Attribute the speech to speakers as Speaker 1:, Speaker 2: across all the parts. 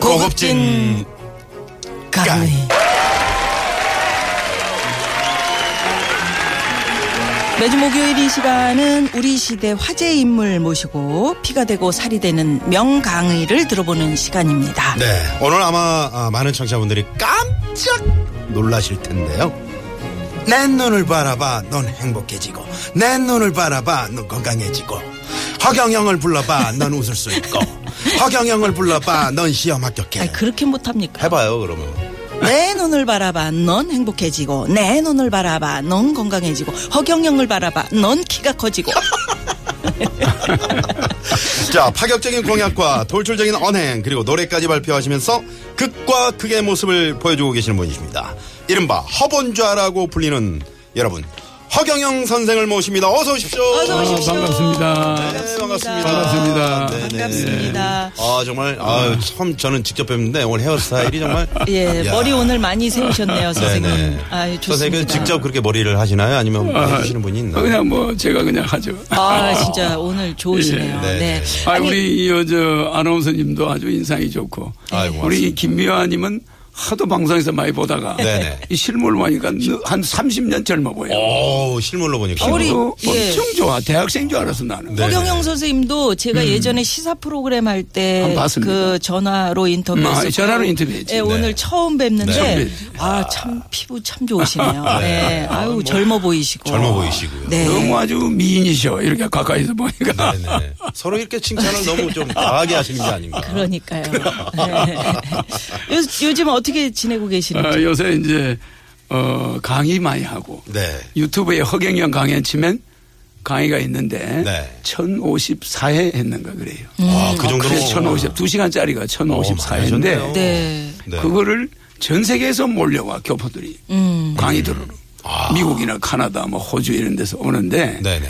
Speaker 1: 고급진 깐이 매주 목요일 이 시간은 우리 시대 화제 인물 모시고 피가 되고 살이 되는 명강의를 들어보는 시간입니다.
Speaker 2: 네, 오늘 아마 아, 많은 청자분들이 깜짝 놀라실 텐데요. 내 눈을 바라봐, 넌 행복해지고. 내 눈을 바라봐, 넌 건강해지고. 허경영을 불러봐, 넌 웃을 수 있고. 허경영을 불러봐, 넌 시험 합격해.
Speaker 1: 아니, 그렇게 못합니까?
Speaker 2: 해봐요, 그러면.
Speaker 1: 내 눈을 바라봐 넌 행복해지고 내 눈을 바라봐 넌 건강해지고 허경영을 바라봐 넌 키가 커지고
Speaker 2: 자, 파격적인 공약과 돌출적인 언행, 그리고 노래까지 발표하시면서 극과 극의 모습을 보여주고 계시는 분이십니다. 이른바 허본좌라고 불리는 여러분, 허경영 선생을 모십니다. 어서 오십시오.
Speaker 1: 어서 오십시오.
Speaker 3: 아, 반갑습니다.
Speaker 2: 네, 반갑습니다.
Speaker 3: 반갑습니다.
Speaker 2: 네, 네.
Speaker 1: 반갑습니다.
Speaker 2: 아 정말 아 처음 저는 직접 뵙는데 오늘 헤어스타일이 정말
Speaker 1: 예
Speaker 2: 아, 야.
Speaker 1: 머리 오늘 많이 세우셨네요 선생님. 아 좋습니다.
Speaker 2: 선생님 직접 그렇게 머리를 하시나요? 아니면 해주시는 분이 있나요?
Speaker 4: 그냥 뭐 제가 그냥 하죠.
Speaker 1: 아 진짜 오늘 좋으시네요.
Speaker 2: 예, 네,
Speaker 1: 네.
Speaker 2: 네.
Speaker 4: 아, 우리 이저 아나운서님도 아주 인상이 좋고
Speaker 2: 아이고,
Speaker 4: 우리 이 김미화님은 하도 방송에서 많이 보다가
Speaker 2: 네네.
Speaker 4: 이 실물 보니까 느- 한 30년 젊어 보여.
Speaker 2: 오 실물로 보니까
Speaker 1: 머리-
Speaker 4: 또
Speaker 1: 예.
Speaker 4: 엄청 좋아. 대학생 줄 알았어 나는.
Speaker 2: 네.
Speaker 1: 허경영 선생님도 제가 예전에 시사 프로그램 할 때
Speaker 4: 음. 한번 봤습니다.
Speaker 1: 그 전화로
Speaker 4: 음, 아,
Speaker 1: 인터뷰했어요.
Speaker 4: 전화로 인터뷰했죠.
Speaker 1: 네, 오늘 처음
Speaker 4: 처음
Speaker 1: 뵙는데
Speaker 4: 뵙죠.
Speaker 1: 아 참 피부 참 좋으시네요. 네. 아유 젊어 보이시고.
Speaker 2: 젊어 보이시고요.
Speaker 1: 네.
Speaker 4: 뭐 너무 아주 미인이셔. 이렇게 가까이서 보니까.
Speaker 2: 네네. 서로 이렇게 칭찬을 너무 좀 과하게 하시는 게 아닌가.
Speaker 1: 그러니까요. 네. 요, 요즘 어떻게 지내고 계시는지.
Speaker 4: 어, 요새 이제 어, 강의 많이 하고
Speaker 2: 네.
Speaker 4: 유튜브에 허경영 강연 치면 강의가 있는데
Speaker 2: 네.
Speaker 4: 1054회 했는가 그래요.
Speaker 1: 음.
Speaker 2: 와, 그 정도로.
Speaker 4: 음. 아, 그래서 1050, 2시간짜리가
Speaker 2: 오,
Speaker 4: 1054회인데
Speaker 1: 네.
Speaker 2: 네.
Speaker 4: 그거를 전 세계에서 몰려와 교포들이
Speaker 1: 음.
Speaker 4: 강의 들으러 미국이나 카나다 뭐 호주 이런 데서 오는데
Speaker 2: 아. 네네.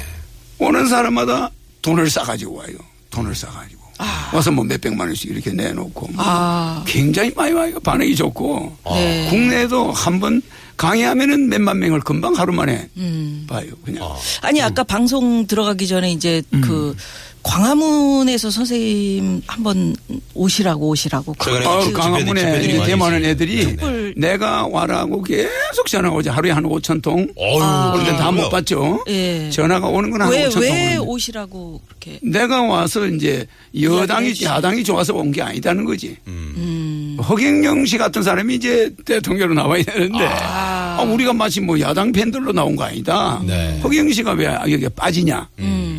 Speaker 4: 오는 사람마다 돈을 싸가지고 와요. 돈을 싸가지고 와서 뭐 몇백만 원씩 이렇게 내놓고 뭐
Speaker 1: 아.
Speaker 4: 굉장히 많이 와요. 반응이 좋고
Speaker 2: 아.
Speaker 1: 네.
Speaker 4: 국내에도 한 번 강의하면은 몇만 명을 금방 하루 만에
Speaker 1: 음.
Speaker 4: 봐요. 그냥
Speaker 1: 아니
Speaker 4: 음.
Speaker 1: 아까 방송 들어가기 전에 이제 그 광화문에서 선생님 한번 오시라고 오시라고
Speaker 2: 제가
Speaker 1: 그-
Speaker 2: 어,
Speaker 4: 어,
Speaker 2: 집에들,
Speaker 4: 강화문에
Speaker 2: 집에들이
Speaker 4: 이제
Speaker 2: 많이
Speaker 4: 대만한
Speaker 2: 있어요.
Speaker 4: 애들이
Speaker 1: 촛불.
Speaker 4: 내가 와라고 계속 전화가 오지 하루에 한 5천 통.
Speaker 2: 어유
Speaker 4: 아, 그런데 다 못 받죠.
Speaker 1: 예.
Speaker 4: 전화가 오는 건 한
Speaker 1: 왜,
Speaker 4: 5천 통.
Speaker 1: 왜
Speaker 4: 아, 오는데.
Speaker 1: 오시라고 그렇게
Speaker 4: 내가 와서 이제 여당이
Speaker 1: 이야기를
Speaker 4: 야당이 좋아서 온 게 아니다는 거지.
Speaker 2: 음.
Speaker 4: 허경영 씨 같은 사람이 이제 대통령으로 나와야 되는데 아, 우리가 마치 뭐 야당 팬들로 나온 거 아니다.
Speaker 2: 네. 음.
Speaker 4: 허경영 씨가 왜 아, 여기에 빠지냐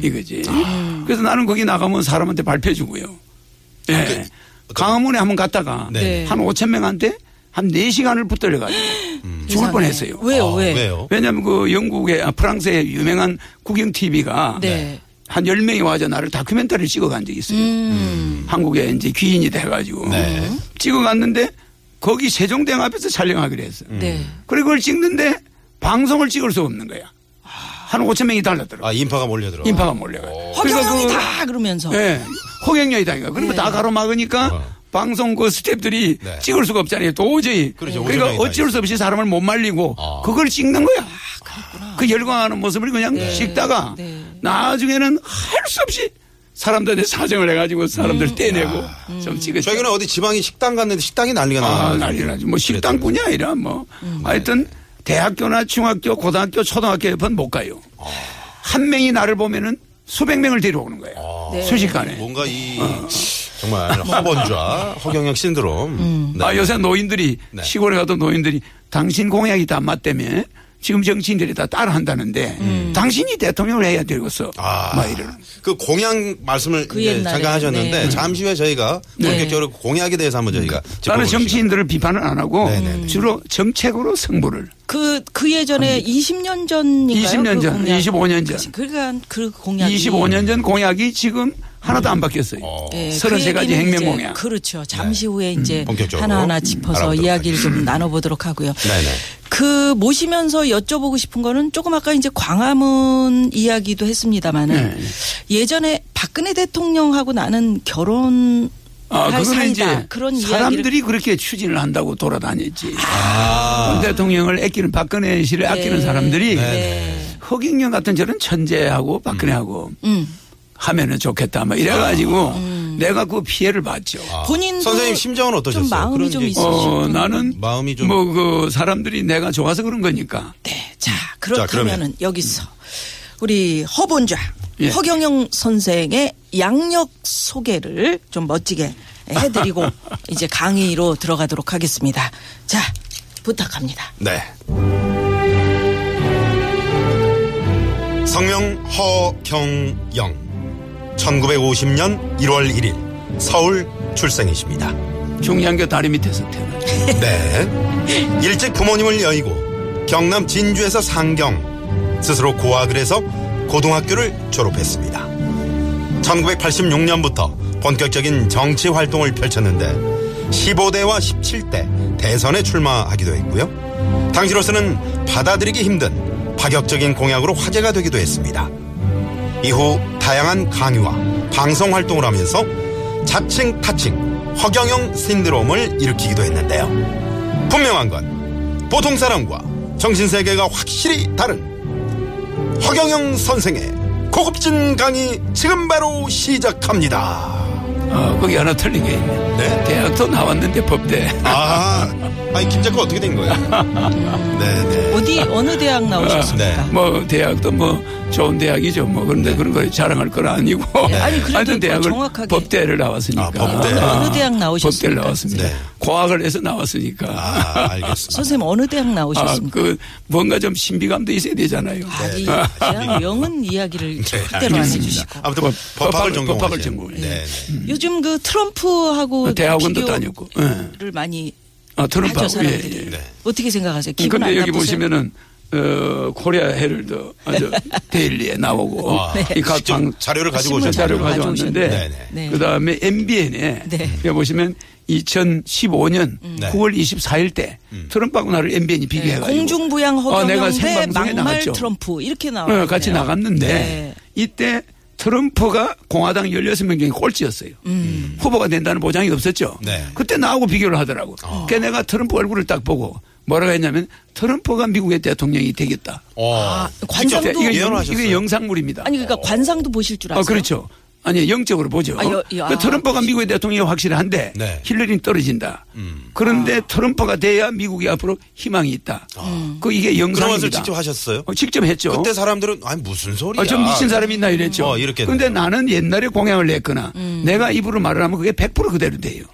Speaker 4: 이거지.
Speaker 2: 아.
Speaker 4: 그래서 나는 거기 나가면 사람한테 발표해주고요. 예. 강화문에 한번 갔다가
Speaker 2: 아, 그, 네.
Speaker 4: 한 5천 명한테 한 4시간을 붙들려가지고
Speaker 2: 음.
Speaker 4: 죽을 뻔했어요.
Speaker 1: 왜요
Speaker 2: 아,
Speaker 1: 왜?
Speaker 2: 왜요?
Speaker 4: 왜냐하면 그 영국의 아, 프랑스의 유명한 국영 TV가
Speaker 1: 네.
Speaker 4: 한 10명이 와서 나를 다큐멘터리를 찍어간 적이 있어요.
Speaker 1: 음.
Speaker 4: 한국에 이제 귀인이 돼가지고
Speaker 2: 음. 네.
Speaker 4: 찍어갔는데 거기 세종대왕 앞에서 촬영하기로 했어요.
Speaker 2: 음.
Speaker 1: 네.
Speaker 4: 그리고 그걸 찍는데 방송을 찍을 수 없는 거야. 한 5천 명이 달랐더라고.
Speaker 2: 아, 인파가 몰려들어.
Speaker 4: 인파가 몰려가요.
Speaker 1: 허경영이 다 그러면서
Speaker 4: 예. 호갱여이다니까. 그러면
Speaker 1: 네.
Speaker 4: 다 가로막으니까
Speaker 2: 어.
Speaker 4: 방송 그 스탭들이
Speaker 2: 네.
Speaker 4: 찍을 수가 없잖아요. 도저히.
Speaker 2: 그렇죠.
Speaker 4: 러니까
Speaker 2: 오전에
Speaker 4: 어쩔 수 없이 사람을 못 말리고
Speaker 2: 아.
Speaker 4: 그걸 찍는 거야. 그 열광하는 모습을 그냥 찍다가
Speaker 1: 네.
Speaker 4: 나중에는 할 수 없이 사람들한테 사정을 해가지고 사람들
Speaker 1: 음.
Speaker 4: 떼내고 좀 찍었죠.
Speaker 2: 최근에 어디 지방이 식당 갔는데 식당이 난리가
Speaker 4: 아,
Speaker 2: 나가지고.
Speaker 4: 난리 나지. 뭐 식당뿐이 아니라 뭐
Speaker 1: 음.
Speaker 2: 네.
Speaker 4: 하여튼 대학교나 중학교, 고등학교, 초등학교 옆은 못 가요.
Speaker 2: 아.
Speaker 4: 한 명이 나를 보면은 수백 명을 데려오는 거예요.
Speaker 1: 네.
Speaker 4: 순식간에.
Speaker 2: 아. 뭔가 이 정말 허번좌, 허경영
Speaker 4: 음.
Speaker 2: 신드롬. 네.
Speaker 4: 아, 요새 노인들이 시골에 가도 노인들이 당신 공약이 다 맞다며 지금 정치인들이 다 따라한다는데 당신이 대통령을 해야 되겠어.
Speaker 2: 음. 아,
Speaker 4: 막 이러는.
Speaker 2: 그 공약 말씀을
Speaker 1: 그
Speaker 2: 이제
Speaker 1: 옛날에,
Speaker 2: 잠깐 하셨는데
Speaker 1: 네.
Speaker 2: 잠시 후에 저희가 본격적으로 공약에 대해서 한번 저희가
Speaker 4: 나는
Speaker 2: 짚어볼 시간.
Speaker 4: 정치인들을 비판을 안 하고
Speaker 2: 네, 네,
Speaker 4: 주로 정책으로 승부를.
Speaker 1: 그, 그 예전에 20년 전인가요? 그
Speaker 4: 20년 전, 25년 전.
Speaker 1: 그러니까 그 공약이.
Speaker 4: 25년 전 공약이 지금 하나도 안 바뀌었어요.
Speaker 1: 예, 그
Speaker 4: 33가지
Speaker 1: 얘기는
Speaker 4: 혁명
Speaker 1: 이제
Speaker 4: 공약.
Speaker 1: 그렇죠. 잠시 후에 이제
Speaker 2: 본격적으로
Speaker 1: 하나하나 짚어서
Speaker 2: 알아보도록
Speaker 1: 이야기를 좀 나눠보도록 하고요.
Speaker 2: 네네.
Speaker 1: 그 모시면서 여쭤보고 싶은 거는 조금 아까 이제 광화문 이야기도 했습니다마는 예전에 박근혜 대통령하고 나는 결혼
Speaker 4: 아,
Speaker 1: 할
Speaker 4: 그거는
Speaker 1: 사이다.
Speaker 4: 이제
Speaker 1: 그런 이야기를
Speaker 4: 사람들이 그렇게 추진을 한다고 돌아다녔지. 문 대통령을 아끼는 박근혜
Speaker 1: 네.
Speaker 4: 씨를 아끼는 사람들이 허경영 같은 저런 천재하고 박근혜하고
Speaker 1: 음.
Speaker 4: 하면은 좋겠다. 막 이래가지고
Speaker 1: 아.
Speaker 4: 내가 그 피해를 봤죠.
Speaker 1: 본인도
Speaker 2: 선생님 심정은 어떠셨어요?
Speaker 1: 좀 마음이
Speaker 2: 그런
Speaker 1: 좀
Speaker 2: 얘기-
Speaker 1: 있으시고
Speaker 4: 어, 나는
Speaker 2: 마음이 좀-
Speaker 4: 뭐 그 사람들이 내가 좋아서 그런 거니까.
Speaker 1: 네. 자,
Speaker 4: 음.
Speaker 2: 그러면.
Speaker 1: 그렇다면은 여기서 우리 허본좌
Speaker 4: 예.
Speaker 1: 허경영 선생의 양력 소개를 좀 멋지게 해드리고 이제 강의로 들어가도록 하겠습니다. 자, 부탁합니다.
Speaker 2: 네. 성명 허경영 1950년 1월 1일 서울 출생이십니다.
Speaker 4: 중량교 다리 밑에서 태어났
Speaker 2: 네. 일찍 부모님을 여의고 경남 진주에서 상경 스스로 고학을 해서 고등학교를 졸업했습니다. 1986년부터 본격적인 정치 활동을 펼쳤는데 15대와 17대 대선에 출마하기도 했고요. 당시로서는 받아들이기 힘든 파격적인 공약으로 화제가 되기도 했습니다. 이후 다양한 강의와 방송 활동을 하면서 자칭 타칭 허경영 신드롬을 일으키기도 했는데요. 분명한 건 보통 사람과 정신 세계가 확실히 다른 허경영 선생의 고급진 강의 지금 바로 시작합니다.
Speaker 4: 어, 거기 하나 틀린 게 있네.
Speaker 2: 네.
Speaker 4: 대학도 나왔는데 법대.
Speaker 2: 아, 아니 김작가 어떻게 된 거예요? 네, 네.
Speaker 1: 어디 어느 대학 나오셨습니까?
Speaker 2: 네.
Speaker 4: 뭐 대학도 뭐 좋은 대학이죠. 뭐 그런데 그런 거 자랑할 건 아니고.
Speaker 1: 네. 아니, 그래도
Speaker 4: 하여튼 대학을
Speaker 1: 정확하게.
Speaker 4: 법대를 나왔으니까.
Speaker 2: 아, 법대.
Speaker 4: 네.
Speaker 1: 어느- 어느 대학 나오셨습니까?
Speaker 4: 아, 법대를 나왔습니다.
Speaker 2: 네.
Speaker 4: 고학을 해서 나왔으니까.
Speaker 2: 아, 알겠습니다.
Speaker 1: 선생님 어느 대학
Speaker 4: 아,
Speaker 1: 나오셨습니까?
Speaker 4: 그 뭔가 좀 신비감도 있어요. 있어야 되잖아요.
Speaker 1: 아, 니
Speaker 2: 네.
Speaker 1: 대학 명은 이야기를 절대로 안
Speaker 4: 네, 알겠습니다.
Speaker 1: 해주시고
Speaker 2: 아무튼 법, 법학을
Speaker 4: 법학을
Speaker 2: 전공.
Speaker 4: 법학을 전공해요.
Speaker 2: 네. 네.
Speaker 1: 요즘 그 트럼프하고
Speaker 4: 그 대학원도
Speaker 1: 비교를
Speaker 4: 다녔고. 예.
Speaker 1: 많이
Speaker 4: 아, 트럼프하고,
Speaker 1: 하죠 사람들이
Speaker 4: 예, 예.
Speaker 2: 네.
Speaker 1: 어떻게 생각하세요? 기분
Speaker 4: 근데
Speaker 1: 안
Speaker 4: 여기
Speaker 1: 나쁘세요? 네.
Speaker 4: 보시면은 어, 코리아 헤럴드 아, 저, 데일리에 나오고
Speaker 2: 와,
Speaker 4: 이각
Speaker 2: 직접 자료를 가지고
Speaker 4: 신문 자료를
Speaker 2: 오셨네요.
Speaker 4: 가져왔는데
Speaker 2: 네네.
Speaker 1: 네.
Speaker 4: 그다음에 MBN에
Speaker 1: 네. 음.
Speaker 4: 여기 보시면 2015년
Speaker 2: 네. 음.
Speaker 4: 9월 24일 때 트럼프하고 나를 MBN이 비교해가지고
Speaker 1: 네, 예, 공중부양
Speaker 4: 예, 아, 내가
Speaker 1: 허경영 대
Speaker 4: 생방송에
Speaker 1: 막말
Speaker 4: 나갔죠.
Speaker 1: 트럼프 이렇게 나와요.
Speaker 4: 어, 같이 나갔는데
Speaker 1: 네.
Speaker 4: 이때 트럼프가 공화당 16명 중에 꼴찌였어요.
Speaker 1: 음.
Speaker 4: 후보가 된다는 보장이 없었죠.
Speaker 2: 네. 아.
Speaker 4: 그때 나하고 비교를 하더라고. 그러니까 내가 트럼프 얼굴을 딱 보고 뭐라고 했냐면 트럼프가 미국의 대통령이 되겠다.
Speaker 2: 어.
Speaker 4: 아,
Speaker 1: 관상도-
Speaker 2: 직접
Speaker 4: 이게, 영,
Speaker 2: 예언하셨어요.
Speaker 4: 이게 영상물입니다.
Speaker 1: 아니 그러니까 관상도 보실 줄 아세요?
Speaker 4: 어, 그렇죠. 아니 영적으로 보죠.
Speaker 1: 아, 여- 여- 아,
Speaker 4: 그 트럼프가 미국의 대통령이 확실한데
Speaker 2: 네. 음.
Speaker 4: 힐러리는 떨어진다.
Speaker 1: 아.
Speaker 4: 그런데 트럼프가 돼야 미국이 앞으로 희망이 있다. 그 이게
Speaker 2: 아. 그런 말씀
Speaker 4: 영상입니다.
Speaker 2: 직접 하셨어요?
Speaker 4: 어, 직접 했죠.
Speaker 2: 그때 사람들은 아니 무슨 소리야?
Speaker 4: 아, 좀 미친 사람이 있나 이랬죠.
Speaker 2: 어, 이렇게
Speaker 4: 근데 나는 옛날에 공약을 냈거나
Speaker 1: 음,
Speaker 4: 내가 입으로 말을 하면 그게 100% 그대로 돼요.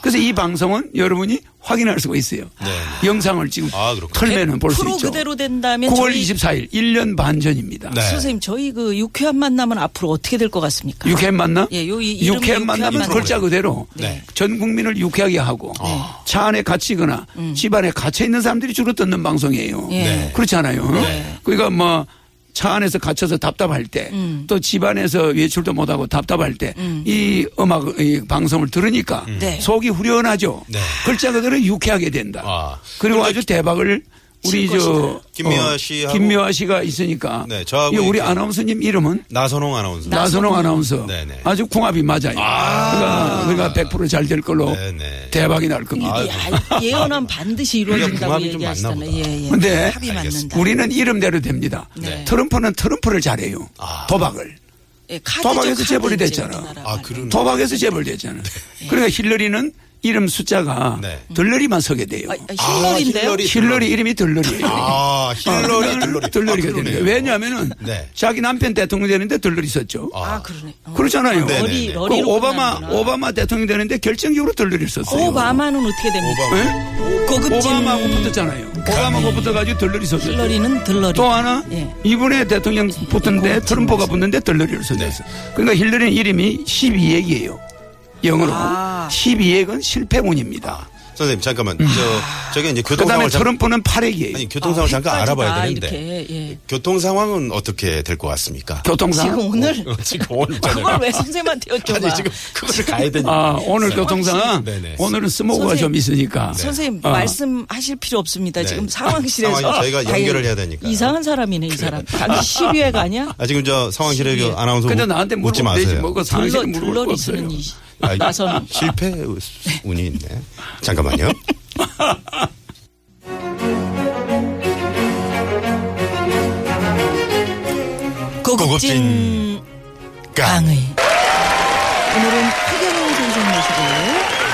Speaker 4: 그래서 이 방송은 여러분이 확인할 수가 있어요.
Speaker 2: 아. 네.
Speaker 4: 영상을 지금
Speaker 2: 아, 그렇군요.
Speaker 4: 털면은 볼 수
Speaker 1: 네? 프로
Speaker 4: 있죠.
Speaker 1: 그대로 된다면
Speaker 4: 9월
Speaker 1: 저희
Speaker 4: 24일 1년 반 전입니다.
Speaker 2: 네.
Speaker 1: 선생님 저희 그 유쾌한 만남은 앞으로 어떻게 될 것 같습니까?
Speaker 4: 유쾌한 만남?
Speaker 1: 예, 요 이- 이름이
Speaker 4: 유쾌한
Speaker 1: 유쾌한
Speaker 4: 만남은
Speaker 1: 만남.
Speaker 4: 글자 그대로
Speaker 2: 네. 아.
Speaker 4: 전 국민을 유쾌하게 하고 차 안에 갇히거나 집 안에 갇혀 있는 사람들이 주로 듣는 방송이에요.
Speaker 1: 음. 예.
Speaker 2: 네.
Speaker 4: 그렇잖아요.
Speaker 2: 네.
Speaker 4: 그러니까 뭐 차 안에서 갇혀서 답답할 때,
Speaker 2: 음.
Speaker 4: 또 집안에서 외출도 못하고 답답할 때, 이 음악, 이 방송을 들으니까
Speaker 1: 네.
Speaker 4: 속이 후련하죠.
Speaker 2: 음. 네.
Speaker 4: 글자 그대로 유쾌하게 된다.
Speaker 2: 아.
Speaker 4: 그리고 아주 대박을 우리
Speaker 1: 칠
Speaker 4: 저
Speaker 2: 김미화
Speaker 4: 어,
Speaker 2: 씨하고-
Speaker 4: 김미화 씨가 있으니까
Speaker 2: 네, 저하고
Speaker 4: 이 우리
Speaker 2: 이렇게-
Speaker 4: 아나운서님 이름은
Speaker 2: 나선홍 아나운서.
Speaker 4: 나선홍 아나운서
Speaker 2: 네네.
Speaker 4: 아주 궁합이 맞아요. 그러니까, 그러니까 100%잘 될 걸로
Speaker 2: 네네.
Speaker 4: 대박이 날 겁니다.
Speaker 2: 아유.
Speaker 1: 야, 예, 예언은 반드시
Speaker 2: 우리가
Speaker 1: 이루어진다고
Speaker 2: 궁합이 좀
Speaker 1: 얘기하시잖아요.
Speaker 2: 맞나 보다.
Speaker 1: 예, 예.
Speaker 4: 근데
Speaker 1: 합이
Speaker 2: 알겠습니다.
Speaker 1: 맞는다.
Speaker 4: 우리는 이름대로 됩니다.
Speaker 1: 네.
Speaker 4: 트럼프는 트럼프를 잘해요.
Speaker 2: 아.
Speaker 4: 도박을.
Speaker 1: 예, 카드죠,
Speaker 4: 도박에서
Speaker 1: 카드
Speaker 4: 재벌이
Speaker 1: 이제
Speaker 4: 됐잖아.
Speaker 1: 우리나라
Speaker 2: 아,
Speaker 1: 말이에요.
Speaker 2: 그러네.
Speaker 4: 도박에서 재벌됐잖아요. 그러니까 힐러리는 이름 숫자가
Speaker 2: 네.
Speaker 4: 들러리만 서게 돼요.
Speaker 1: 아, 힐러리인데요?
Speaker 2: 힐러리.
Speaker 4: 힐러리 이름이 들러리예요.
Speaker 2: 아, 힐러리,
Speaker 4: 어,
Speaker 2: 들러리.
Speaker 4: 들러리가
Speaker 2: 아,
Speaker 4: 되는 거예요.
Speaker 2: 그러네요.
Speaker 4: 왜냐하면은
Speaker 2: 네.
Speaker 4: 자기 남편 대통령 되는데 들러리 썼죠.
Speaker 1: 아, 그러네. 어.
Speaker 4: 그렇잖아요.
Speaker 2: 네, 네,
Speaker 1: 러리,
Speaker 2: 네.
Speaker 4: 그
Speaker 1: 러리로.
Speaker 4: 오바마
Speaker 1: 끝나는구나.
Speaker 4: 오바마 대통령 되는데 결정적으로 들러리를 썼어요.
Speaker 1: 오바마는 어떻게 됩니까?
Speaker 2: 오바마.
Speaker 4: 예?
Speaker 1: 고급진
Speaker 4: 오바마하고 붙었잖아요. 오바마하고 붙어가지고 들러리 썼어요.
Speaker 1: 힐러리는 들러리.
Speaker 4: 또 하나
Speaker 1: 예.
Speaker 4: 이번에 대통령 붙은데 트럼프가 붙는데 들러리를 써줬어.
Speaker 2: 네.
Speaker 4: 그러니까 힐러리는 이름이 12액이에요. 영어로
Speaker 1: 아.
Speaker 4: 12액은 실패운입니다.
Speaker 2: 선생님, 잠깐만. 저, 저게 이제
Speaker 4: 음. 그다음에
Speaker 2: 교통상황을. 잠-
Speaker 4: 트럼프는 8액이에요.
Speaker 2: 아니, 교통상황 잠깐
Speaker 1: 아,
Speaker 2: 알아봐야
Speaker 1: 헷갈리다,
Speaker 2: 되는데.
Speaker 1: 이렇게, 예.
Speaker 2: 교통 상황은 어떻게 될 것 같습니까?
Speaker 1: 지금
Speaker 4: 교통상.
Speaker 1: 오늘
Speaker 2: 지금 오늘 저녁.
Speaker 1: 그걸 왜 선생님한테 여쭤봐?
Speaker 2: 어, 아니, 지금 그거를 가야 되니까.
Speaker 4: 아 오늘 교통상
Speaker 2: 네. 네네. 네.
Speaker 4: 오늘은 스모그가
Speaker 1: 선생님.
Speaker 4: 좀 있으니까.
Speaker 1: 선생님
Speaker 4: 어.
Speaker 1: 말씀하실 필요 없습니다. 지금 상황실에서
Speaker 2: 상황이 저희가 연결을 해야 되니까요.
Speaker 1: 이상한 사람이네 이 사람. 당신 시류애가 아니야?
Speaker 2: 아, 지금 저 상황실에 그 아나운서
Speaker 4: 근데
Speaker 2: 묻-
Speaker 4: 나한테
Speaker 2: 묻지
Speaker 4: 물어보면 되지
Speaker 2: 마세요.
Speaker 4: 뭐그 상식
Speaker 1: 들러-
Speaker 4: 물어볼 거
Speaker 1: 들러리
Speaker 4: 없어요.
Speaker 1: 쓰는 이
Speaker 2: 아, 이게
Speaker 1: 나선
Speaker 2: 실패 운이 있네. 잠깐만요.
Speaker 1: 고급진
Speaker 2: 고급진
Speaker 1: 강의. 오늘은 허경영 선생 모시고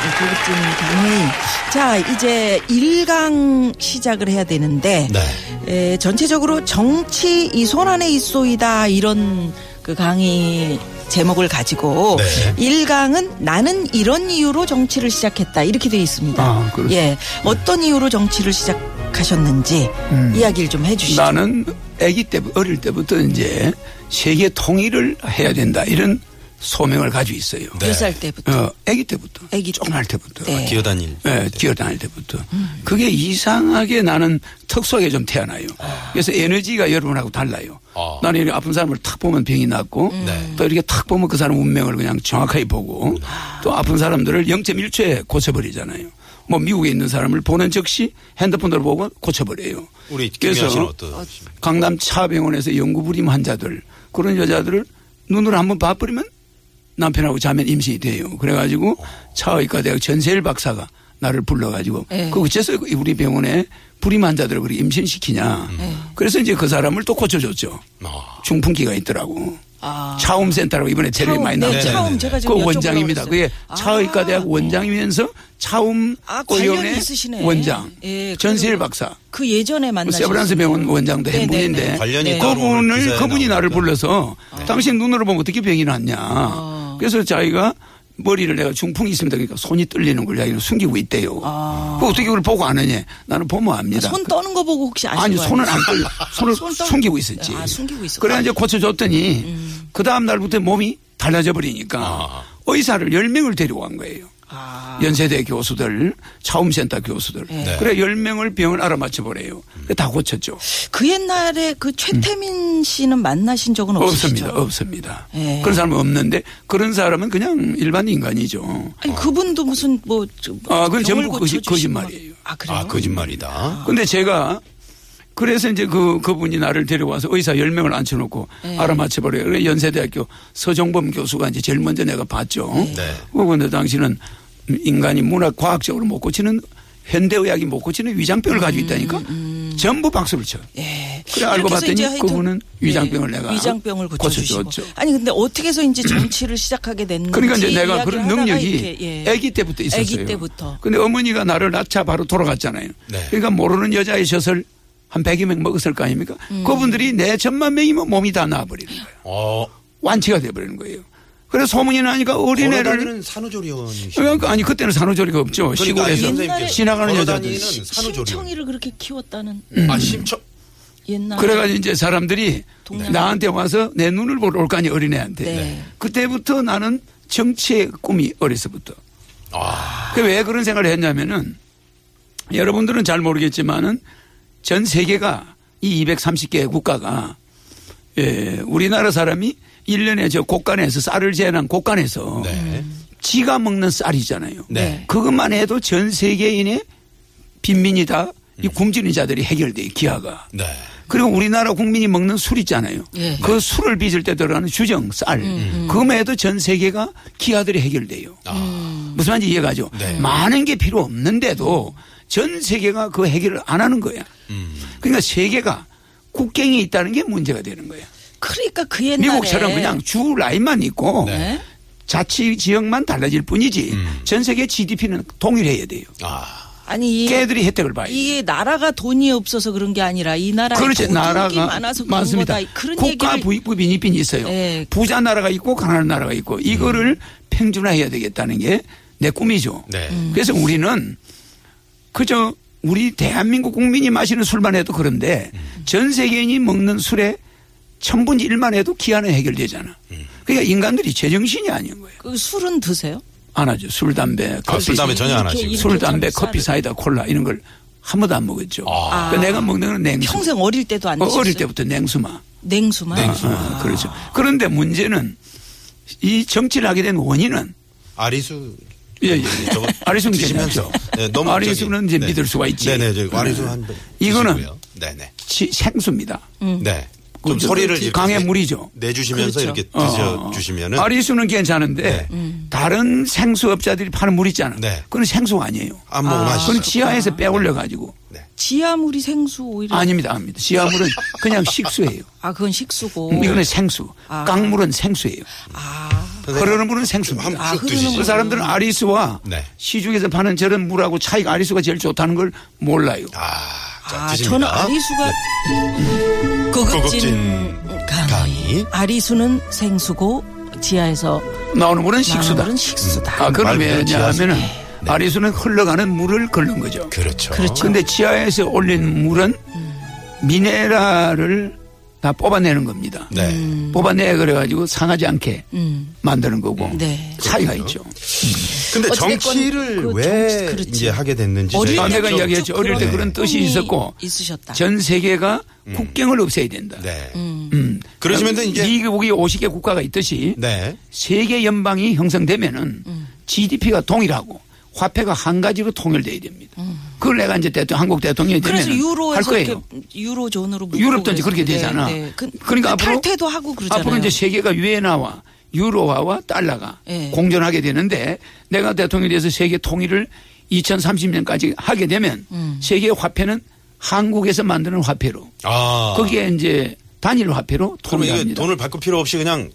Speaker 1: 네, 고급진 강의. 자 이제 1강 시작을 해야 되는데
Speaker 2: 네.
Speaker 1: 에, 예, 전체적으로 정치 이 손안에 있소이다 이런 그 강의 제목을 가지고
Speaker 2: 네.
Speaker 1: 일 1강은 나는 이런 이유로 정치를 시작했다 이렇게 돼 있습니다.
Speaker 4: 아, 그렇죠.
Speaker 1: 예. 어떤 이유로 정치를 시작하셨는지 이야기를 좀 해주시죠.
Speaker 4: 음. 나는 아기 때 어릴 때부터 이제 세계 통일을 해야 된다 이런 소명을 가지고 있어요.
Speaker 2: 네.
Speaker 1: 몇 살 때부터
Speaker 4: 어, 아기 때부터.
Speaker 1: 아기 때.
Speaker 4: 조금 할 때부터.
Speaker 1: 네.
Speaker 2: 기어다닐.
Speaker 4: 예, 뛰어다닐 때부터. 그게 이상하게 나는 특수하게 좀 태어나요. 그래서 에너지가 여러분하고 달라요.
Speaker 2: 아.
Speaker 4: 나는 이렇게 아픈 사람을 탁 보면 병이 났고
Speaker 2: 네. 음.
Speaker 4: 또 이렇게 탁 보면 그 사람 운명을 그냥 정확하게 보고 또 아픈 사람들을 0.1초에 고쳐버리잖아요. 뭐 미국에 있는 사람을 보는 즉시 핸드폰으로 보고 고쳐버려요.
Speaker 2: 우리
Speaker 4: 그래서
Speaker 2: 김미아 씨는 어떠십니까?
Speaker 4: 강남 차병원에서 영구불임 환자들 그런 여자들을 눈으로 한번 봐버리면 남편하고 자면 임신이 돼요. 그래가지고 차의과 대학 전세일 박사가 나를 불러가지고
Speaker 1: 예.
Speaker 4: 그 어째서 우리 병원에 불임 환자들을 그렇게 임신시키냐.
Speaker 1: 음. 예.
Speaker 4: 그래서 이제 그 사람을 또 고쳐줬죠.
Speaker 2: 아.
Speaker 4: 중풍기가 있더라고.
Speaker 1: 아.
Speaker 4: 차움센터라고 이번에 테레비 많이
Speaker 1: 네,
Speaker 4: 나왔잖아요.
Speaker 1: 차움 제가
Speaker 4: 그
Speaker 1: 지금 여쭤보려고
Speaker 4: 원장입니다.
Speaker 1: 그랬어요.
Speaker 4: 그게 차의과 대학 원장이면서 차움
Speaker 1: 아, 관련이
Speaker 4: 고연의
Speaker 1: 있으시네.
Speaker 4: 원장
Speaker 1: 예,
Speaker 4: 전세일
Speaker 1: 그리고
Speaker 4: 박사
Speaker 1: 그 예전에
Speaker 4: 뭐 세브란스
Speaker 1: 만나셨어요.
Speaker 4: 병원 원장도
Speaker 1: 네, 네,
Speaker 4: 해분인데
Speaker 1: 네.
Speaker 2: 관련이
Speaker 1: 네.
Speaker 2: 따로 오늘
Speaker 4: 그분을
Speaker 2: 기사에 네.
Speaker 4: 그분이 나를
Speaker 2: 나오니까.
Speaker 4: 불러서 당신 눈으로 보면 어떻게 병이 났냐. 그래서 자기가 머리를 내가 중풍이 있습니다. 그러니까 손이 떨리는 걸 자기는 숨기고 있대요. 그 어떻게 그걸 보고 아느냐? 나는 보면 압니다.
Speaker 1: 아. 그 손 떠는 거 보고 혹시 아시는
Speaker 4: 아니
Speaker 1: 거
Speaker 4: 손은
Speaker 1: 아니에요?
Speaker 4: 안 떨려. 손을
Speaker 1: 손 떨-
Speaker 4: 숨기고 있었지.
Speaker 1: 아, 숨기고 있었다.
Speaker 4: 그래 이제 고쳐줬더니 그 다음 날부터 몸이 달라져 버리니까
Speaker 2: 아.
Speaker 4: 의사를 열 명을 데리고 간 거예요.
Speaker 1: 아. 네.
Speaker 4: 연세대 교수들, 차움센터 교수들. 그래 열 명을 병을 알아맞혀 버려요.
Speaker 2: 음.
Speaker 4: 다 고쳤죠.
Speaker 1: 그 옛날에 그 최태민 씨는 만나신 적은 없으시죠?
Speaker 4: 음. 없습니다. 어. 없습니다.
Speaker 1: 예.
Speaker 4: 그런 사람은 없는데 그런 사람은 그냥 일반 인간이죠.
Speaker 1: 아니 그분도 무슨 뭐 저-
Speaker 4: 아, 그건
Speaker 1: 병을
Speaker 4: 전부 거짓-
Speaker 1: 고쳐주신
Speaker 4: 거짓말이에요.
Speaker 1: 거- 아 그래요?
Speaker 2: 아, 거짓말이다.
Speaker 4: 근데 제가 그래서 이제 그 그분이 나를 데려와서 의사 열명을 앉혀놓고
Speaker 1: 예.
Speaker 4: 알아맞혀 버려요. 그래서 연세대학교 서정범 교수가 이제 제일 먼저 내가 봤죠.
Speaker 1: 예.
Speaker 2: 네.
Speaker 4: 그런데 당신은 인간이 문학 과학적으로 못 고치는 현대의학이 못 고치는 위장병을 가지고 있다니까 전부 박수를 쳐요.
Speaker 1: 음, 예.
Speaker 4: 그래, 알고
Speaker 1: 이렇게 해서
Speaker 4: 봤더니
Speaker 1: 이제 하여튼- 예. 네,
Speaker 4: 그분은 위장병을 내가
Speaker 1: 위장병을 고쳐주시고.
Speaker 4: 고쳐주었죠.
Speaker 1: 아니 근데 어떻게 해서 이제 정치를 시작하게 됐는지
Speaker 4: 그러니까 이제 내가
Speaker 1: 이야기를
Speaker 4: 그런
Speaker 1: 하다가
Speaker 4: 능력이
Speaker 1: 이렇게, 예.
Speaker 4: 아기 때부터 있었어요.
Speaker 1: 아기 때부터.
Speaker 4: 근데 어머니가 나를 낳자 바로 돌아갔잖아요.
Speaker 2: 네.
Speaker 4: 그러니까 모르는 여자의 젖을 한 100여명 먹었을 거 아닙니까?
Speaker 1: 음.
Speaker 4: 그분들이 내 천만 명이면 몸이 다 나아버리는 거예요.
Speaker 2: 어.
Speaker 4: 완치가 돼버리는 거예요. 그래서 소문이 나니까 어린애를
Speaker 2: 걸어다니는 산후조리원이.
Speaker 4: 그러니까 아니 그때는 산후조리가 없죠. 시골에서
Speaker 1: 아니, 옛날에
Speaker 4: 지나가는 여자들.
Speaker 2: 산후조리.
Speaker 1: 심청이를 그렇게 키웠다는
Speaker 2: 아, 심청.
Speaker 1: 옛날
Speaker 4: 그래가지고 이제 사람들이
Speaker 1: 아. 동네
Speaker 4: 나한테 와서 내 눈을 보러 올 거 아니에요 어린애한테.
Speaker 1: 네.
Speaker 4: 그때부터 나는 정치의 꿈이 어려서부터.
Speaker 2: 아.
Speaker 4: 그 왜 그런 생각을 했냐면은 여러분들은 잘 모르겠지만은 전 세계가 이 230개의 국가가 예, 우리나라 사람이 일년에저 곡간에서 쌀을 재난 곡간에서
Speaker 2: 네.
Speaker 4: 음. 지가 먹는 쌀이잖아요.
Speaker 2: 네.
Speaker 4: 그것만 해도 전 세계인의 빈민이 다
Speaker 2: 음.
Speaker 4: 이 굶주린 자들이 해결돼요. 기아가.
Speaker 2: 네.
Speaker 4: 그리고 우리나라 국민이 먹는 술 있잖아요.
Speaker 1: 예.
Speaker 4: 그 술을 빚을 때 들어가는 주정, 쌀. 그것만 해도 전 세계가 기아들이 해결돼요. 무슨 말인지 이해가죠?
Speaker 2: 네.
Speaker 4: 많은 게 필요 없는데도 전 세계가 그 해결을 안 하는 거야.
Speaker 2: 음.
Speaker 4: 그러니까 세계가 국경이 있다는 게 문제가 되는 거야.
Speaker 1: 그러니까 그 옛날에 예?
Speaker 4: 미국처럼 그냥 주 라인만 있고
Speaker 2: 네. 음.
Speaker 4: 자치 지역만 달라질 뿐이지 전 세계 GDP는 동일해야 돼요.
Speaker 2: 아.
Speaker 1: 아니 이게,
Speaker 4: 걔들이 혜택을 봐야 돼요.
Speaker 1: 이게 나라가 돈이 없어서 그런 게 아니라 이 나라에
Speaker 4: 그렇지
Speaker 1: 도둑이
Speaker 4: 나라가
Speaker 1: 많아서 그런
Speaker 4: 많습니다.
Speaker 1: 거다. 그런
Speaker 4: 국가
Speaker 1: 얘기를
Speaker 4: 부익부 빈익빈이 있어요.
Speaker 1: 네.
Speaker 4: 부자 나라가 있고 가난한 나라가 있고 이거를 평준화해야 되겠다는 게 내 꿈이죠.
Speaker 2: 음. 네.
Speaker 1: 음.
Speaker 4: 그래서 우리는 그저 우리 대한민국 국민이 마시는 술만 해도 그런데
Speaker 2: 음.
Speaker 4: 전 세계인이 먹는 술의 천분의 일만 해도 기한은 해결되잖아.
Speaker 2: 음.
Speaker 4: 그러니까 인간들이 제정신이 아닌 거예요.
Speaker 1: 그 술은 드세요?
Speaker 4: 안 하죠. 술, 담배,
Speaker 2: 아,
Speaker 4: 커피,
Speaker 2: 술 담배 전혀 안
Speaker 1: 이렇게
Speaker 2: 하시고.
Speaker 1: 이렇게
Speaker 4: 술, 담배,
Speaker 1: 참
Speaker 4: 커피,
Speaker 1: 쌀을
Speaker 4: 사이다, 콜라 이런 걸 한 번도 안 먹었죠.
Speaker 2: 아.
Speaker 4: 그러니까 내가 먹는 건 냉수.
Speaker 1: 평생 어릴 때도 안
Speaker 4: 어,
Speaker 1: 드셨어요?
Speaker 4: 어릴 때부터 냉수마.
Speaker 1: 냉수만. 아,
Speaker 4: 어, 어, 그렇죠. 그런데 문제는 이 정치를 하게 된 원인은
Speaker 2: 아리수.
Speaker 4: 예, 예, 예.
Speaker 2: 저거
Speaker 4: 아리수
Speaker 2: 드시면서.
Speaker 4: 문제죠.
Speaker 2: 네, 너무
Speaker 4: 아리수는
Speaker 2: 저기,
Speaker 4: 이제 믿을 수가 있지.
Speaker 2: 네네. 저 아리수 한 번.
Speaker 4: 이거는
Speaker 2: 드시고요. 네네.
Speaker 4: 치- 생수입니다.
Speaker 2: 네. 좀
Speaker 4: 그
Speaker 2: 소리를
Speaker 4: 그
Speaker 2: 이렇게
Speaker 4: 강의
Speaker 2: 내-
Speaker 4: 물이죠.
Speaker 1: 그렇죠.
Speaker 2: 내주시면서 이렇게
Speaker 4: 어,
Speaker 2: 드셔 주시면은
Speaker 4: 아리수는 괜찮은데
Speaker 2: 네.
Speaker 4: 다른 생수업자들이 파는 물 있잖아.
Speaker 2: 네.
Speaker 4: 그건 생수가 아니에요.
Speaker 2: 안 먹으면 아,
Speaker 4: 그건 지하에서 빼올려 가지고
Speaker 1: 지하물이 생수 오히려
Speaker 4: 아닙니다, 아닙니다. 지하물은 그냥 식수예요.
Speaker 1: 아 그건 식수고.
Speaker 4: 음, 이거는 생수.
Speaker 1: 아.
Speaker 4: 깡물은 생수예요. 흐르는 물은
Speaker 1: 아,
Speaker 4: 생수입니다.
Speaker 2: 한번 쭉
Speaker 1: 흐르는
Speaker 2: 드시죠.
Speaker 4: 그 사람들은 아리수와
Speaker 2: 네.
Speaker 4: 시중에서 파는 저런 물하고 차이가 아리수가 제일 좋다는 걸 몰라요.
Speaker 2: 아, 자,
Speaker 1: 아, 저는
Speaker 2: 드십니다. 네,
Speaker 1: 아리수가
Speaker 4: 네.
Speaker 1: 고급진,
Speaker 2: 고급진
Speaker 1: 강의.
Speaker 2: 강의.
Speaker 1: 아리수는 생수고 지하에서
Speaker 4: 나오는 물은
Speaker 1: 식수다.
Speaker 4: 식수다.
Speaker 1: 나는 식수다. 음,
Speaker 4: 아, 그럼
Speaker 2: 말 그대로
Speaker 4: 왜냐하면
Speaker 2: 지하수.
Speaker 4: 아리수는 흘러가는 물을 끓는 거죠.
Speaker 2: 그렇죠.
Speaker 4: 근데 지하에서 올린 물은 미네랄을 다 뽑아내는 겁니다.
Speaker 2: 네.
Speaker 4: 음. 뽑아내 그래가지고 상하지 않게 만드는 거고
Speaker 1: 음, 네.
Speaker 4: 차이가
Speaker 2: 그렇죠.
Speaker 4: 있죠.
Speaker 2: 근데
Speaker 1: 어찌됐건
Speaker 2: 정치를
Speaker 1: 그
Speaker 2: 왜
Speaker 1: 정치- 그렇지.
Speaker 2: 이제 하게 됐는지
Speaker 1: 어릴
Speaker 2: 저희가
Speaker 1: 때
Speaker 4: 내가
Speaker 1: 좀-
Speaker 4: 이야기했죠.
Speaker 1: 좀
Speaker 4: 어릴 때
Speaker 2: 그런
Speaker 4: 그런 뜻이
Speaker 1: 꿈이
Speaker 4: 있었고
Speaker 1: 있으셨다.
Speaker 4: 전 세계가 국경을 없애야 된다.
Speaker 2: 음. 네.
Speaker 4: 음.
Speaker 2: 그러시면 이제-
Speaker 4: 미국이 50개 국가가 있듯이
Speaker 2: 네.
Speaker 4: 세계 연방이 형성되면은
Speaker 1: 음.
Speaker 4: GDP가 동일하고 화폐가 한 가지로 통일돼야 됩니다. 그걸 내가 이제 대통령 한국 대통령이 되면
Speaker 1: 음. 그래서
Speaker 4: 할
Speaker 1: 유로에서 이렇게
Speaker 4: 거예요.
Speaker 1: 유로존으로 묶고
Speaker 4: 유럽도 이제 그렇게
Speaker 1: 그랬는데,
Speaker 4: 되잖아.
Speaker 1: 네. 그,
Speaker 4: 그러니까 앞으로
Speaker 1: 탈퇴도 하고 그러잖아요.
Speaker 4: 앞으로 이제 세계가 유엔화와 유로화와 달러가
Speaker 1: 예.
Speaker 4: 공존하게 되는데 내가 대통령이 돼서 세계 통일을 2030년까지 하게 되면
Speaker 1: 음.
Speaker 4: 세계 화폐는 한국에서 만드는 화폐로
Speaker 2: 아.
Speaker 4: 거기에 이제 단일 화폐로
Speaker 2: 그러면 이거
Speaker 4: 통일합니다.
Speaker 2: 돈을 바꿀 필요 없이 그냥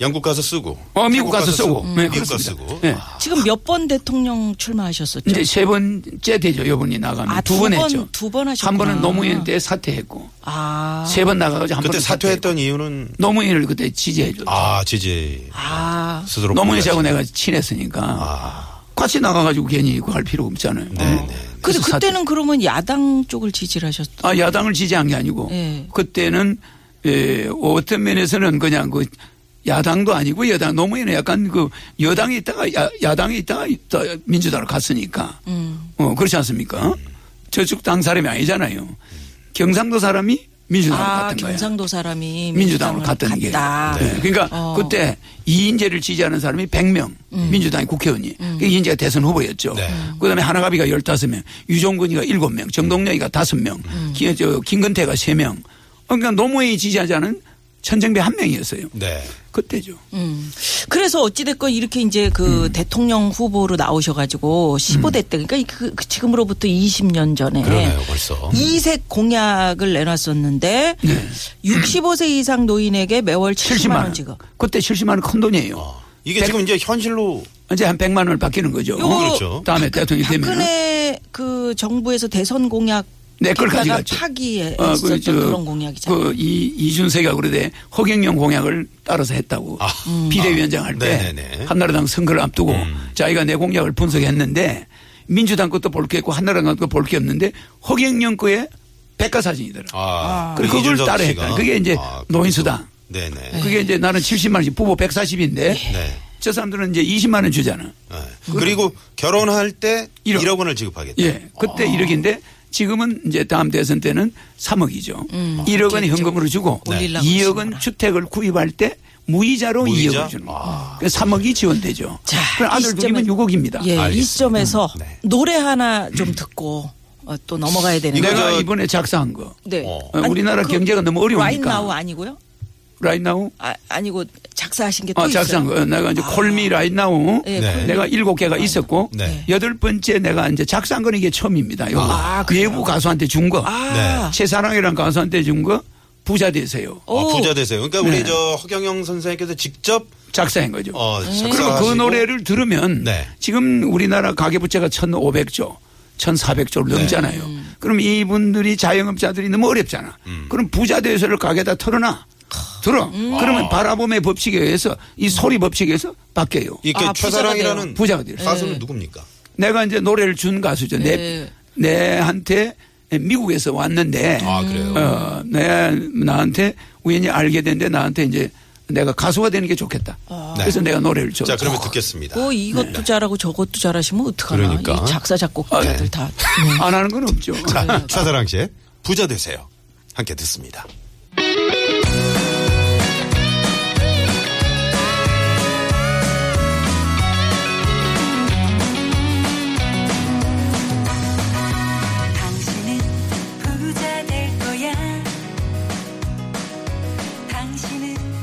Speaker 2: 영국 가서 쓰고
Speaker 4: 어, 미국
Speaker 2: 태국
Speaker 4: 가서 쓰고. 네,
Speaker 2: 미국 가서
Speaker 4: 그렇습니다.
Speaker 2: 쓰고 아.
Speaker 4: 네.
Speaker 1: 지금 몇 번 대통령 출마하셨었죠?
Speaker 4: 이제 세 번째 되죠. 요번이 나가면
Speaker 1: 아,
Speaker 4: 두 번
Speaker 1: 두 번,
Speaker 4: 했죠.
Speaker 1: 두번
Speaker 4: 한
Speaker 1: 하셨구나.
Speaker 4: 번은 노무현 때 사퇴했고
Speaker 1: 아,
Speaker 4: 세 번 나가가지고 한
Speaker 2: 그때
Speaker 4: 번
Speaker 2: 사퇴했던 이유는
Speaker 4: 노무현을 그때 지지해줬죠.
Speaker 2: 아 지지
Speaker 1: 아,
Speaker 2: 스스로
Speaker 4: 노무현 씨하고
Speaker 2: 고민하시네.
Speaker 4: 내가 친했으니까
Speaker 2: 아.
Speaker 4: 같이 나가가지고 괜히 그거 할 필요 없잖아요.
Speaker 2: 네,
Speaker 4: 어.
Speaker 1: 근데
Speaker 4: 그래서 사퇴-
Speaker 1: 그때는 그러면 야당 쪽을 지지를 하셨던.
Speaker 4: 아, 야당을 지지한 게 아니고
Speaker 1: 예.
Speaker 4: 그때는 예, 어떤 면에서는 그냥 그 야당도 아니고 여당 노무현은 약간 그 여당에 있다가 야, 야당에 있다가 있다 민주당으로 갔으니까
Speaker 1: 음.
Speaker 4: 어 그렇지 않습니까? 저쪽 당 사람이 아니잖아요. 경상도 사람이 민주당으로
Speaker 1: 아,
Speaker 4: 갔던 거예요.
Speaker 1: 경상도 사람이
Speaker 4: 민주당으로 갔다는 게.
Speaker 1: 갔다.
Speaker 4: 네. 그러니까
Speaker 1: 어. 음.
Speaker 4: 그때 이인재를 지지하는 사람이 100명 민주당의 국회의원이. 그 이인재가 대선 후보였죠.
Speaker 2: 네.
Speaker 4: 그다음에 하나가비가 15명, 유종근이가 7명, 정동영이가 5명,
Speaker 1: 음.
Speaker 4: 기- 저 김건태가 3명. 그러니까 노무현이 지지하지 않은 천정배 한 명이었어요.
Speaker 2: 네.
Speaker 4: 그때죠.
Speaker 1: 음. 그래서 어찌됐건 이렇게 이제 그
Speaker 4: 음.
Speaker 1: 대통령 후보로 나오셔가지고 15대 때, 그러니까 그, 그 지금으로부터 20년 전에.
Speaker 2: 그러네요 벌써
Speaker 1: 이색 공약을 내놨었는데 65세 이상 노인에게 매월 70만,
Speaker 4: 70만
Speaker 1: 원
Speaker 4: 네. 원.
Speaker 1: 지급.
Speaker 4: 그때 70만 원 큰 돈이에요.
Speaker 2: 아. 어, 이게 지금 이제 현실로
Speaker 4: 이제 한 100만 원을 바뀌는 거죠.
Speaker 1: 요거
Speaker 2: 그렇죠.
Speaker 4: 다음에 대통령이 되면
Speaker 1: 박근혜 그 정부에서 대선 공약
Speaker 4: 내 걸
Speaker 1: 가
Speaker 4: 네, 가져갔죠.
Speaker 1: 파기에
Speaker 4: 어,
Speaker 1: 있었던
Speaker 4: 저,
Speaker 1: 그런 공약이잖아요.
Speaker 4: 그 이, 이준세가 그러대 허경영 공약을 따라서 했다고
Speaker 2: 아.
Speaker 1: 음.
Speaker 4: 비대위원장 할 때
Speaker 2: 네네네. 음.
Speaker 4: 한나라당 선거를 앞두고 자기가 내 공약을 분석했는데 민주당 것도 볼 게 있고 한나라당 것도 볼 게 없는데 허경영 거에 백과사진이더라.
Speaker 2: 아
Speaker 4: 그리고 그걸
Speaker 2: 이준석
Speaker 4: 따라
Speaker 2: 씨가.
Speaker 4: 했다. 그게 이제
Speaker 2: 아,
Speaker 4: 노인수당.
Speaker 2: 네네
Speaker 4: 그게 이제 나는 70만 원씩 부부 140인데
Speaker 2: 네.
Speaker 4: 저 사람들은 이제 20만 원 주잖아.
Speaker 2: 네. 그리고 결혼할 때
Speaker 4: 일억.
Speaker 2: 1억 원을 지급하겠다
Speaker 1: 네.
Speaker 4: 예.
Speaker 1: 아.
Speaker 4: 그때 1억인데 지금은 이제 다음 대선 때는 3억이죠.
Speaker 1: 음.
Speaker 4: 1억은 현금으로 주고
Speaker 1: 아, 올리려고
Speaker 4: 2억은 주택을 구입할 때 무이자로
Speaker 2: 무이자?
Speaker 4: 2억을 주는 거예요. 그래서 3억이 지원되죠.
Speaker 1: 아. 자,
Speaker 4: 그럼
Speaker 1: 이
Speaker 4: 아들
Speaker 1: 시점에-
Speaker 4: 둘이면 6억입니다.
Speaker 1: 예, 이
Speaker 2: 알겠습니다.
Speaker 1: 시점에서
Speaker 2: 네.
Speaker 1: 노래 하나 좀 듣고 어, 또 넘어가야 되는
Speaker 2: 이거
Speaker 1: 데
Speaker 4: 내가
Speaker 2: 저-
Speaker 4: 이번에 작사한 거.
Speaker 1: 네.
Speaker 2: 어.
Speaker 4: 어, 우리나라 경제가 너무 어려우니까.
Speaker 1: 라인 나우 아니고요?
Speaker 4: 라인 나우?
Speaker 1: 아, 아니고 작사하신 게 또
Speaker 4: 아,
Speaker 1: 있어요.
Speaker 4: 작사한 거. 내가 이제 콜미 라인 나우.
Speaker 1: 예,
Speaker 2: 네.
Speaker 1: 그럼
Speaker 4: 내가 일곱 개가 있었고
Speaker 2: 네.
Speaker 4: 여덟 번째 내가 이제 작사한 건 이게 처음입니다. 이거 외부 가수한테 준 거.
Speaker 2: 네.
Speaker 1: 아,
Speaker 4: 최사랑이라는 가수한테 준 거 부자 되세요.
Speaker 2: 아, 어, 부자 되세요 그러니까
Speaker 4: 네.
Speaker 2: 우리 저 허경영 선생님께서 직접
Speaker 4: 작사인 거죠.
Speaker 2: 어,
Speaker 4: 그리고 그
Speaker 2: 작사하시고.
Speaker 4: 노래를 들으면
Speaker 2: 네.
Speaker 4: 지금 우리나라 가계부채가 1,500조, 1,400조를
Speaker 2: 네.
Speaker 4: 넘잖아요. 그럼 이분들이 자영업자들이 너무 어렵잖아.
Speaker 2: 음.
Speaker 4: 그럼 부자 대세를 가게다 털어놔. 들어.
Speaker 2: 아.
Speaker 4: 그러면 바라봄의 법칙에 의해서 이 소리 법칙에 의해서 바뀌어요.
Speaker 2: 이렇게
Speaker 1: 아,
Speaker 2: 최사랑이라는
Speaker 4: 부자가 네. 돼요. 부자가 돼요.
Speaker 2: 가수는 누굽니까?
Speaker 4: 내가 이제 노래를 준 가수죠. 내, 내한테 미국에서 왔는데.
Speaker 2: 아, 그래요?
Speaker 4: 어, 내, 나한테 우연히 알게 됐는데 나한테 이제 내가 가수가 되는 게 좋겠다. 그래서 내가 노래를 줬죠.
Speaker 2: 네. 자, 그러면 듣겠습니다. 네.
Speaker 1: 뭐 이것도 잘하고 저것도 잘하시면 어떡하나.
Speaker 2: 그러니까.
Speaker 1: 이 작사 작곡가들
Speaker 4: 아,
Speaker 2: 네.
Speaker 1: 다.
Speaker 4: 안 하는 건 없죠.
Speaker 2: 자, 최사랑 씨의 부자 되세요. 함께 듣습니다.
Speaker 5: 당신은 부자 될 거야. 당신은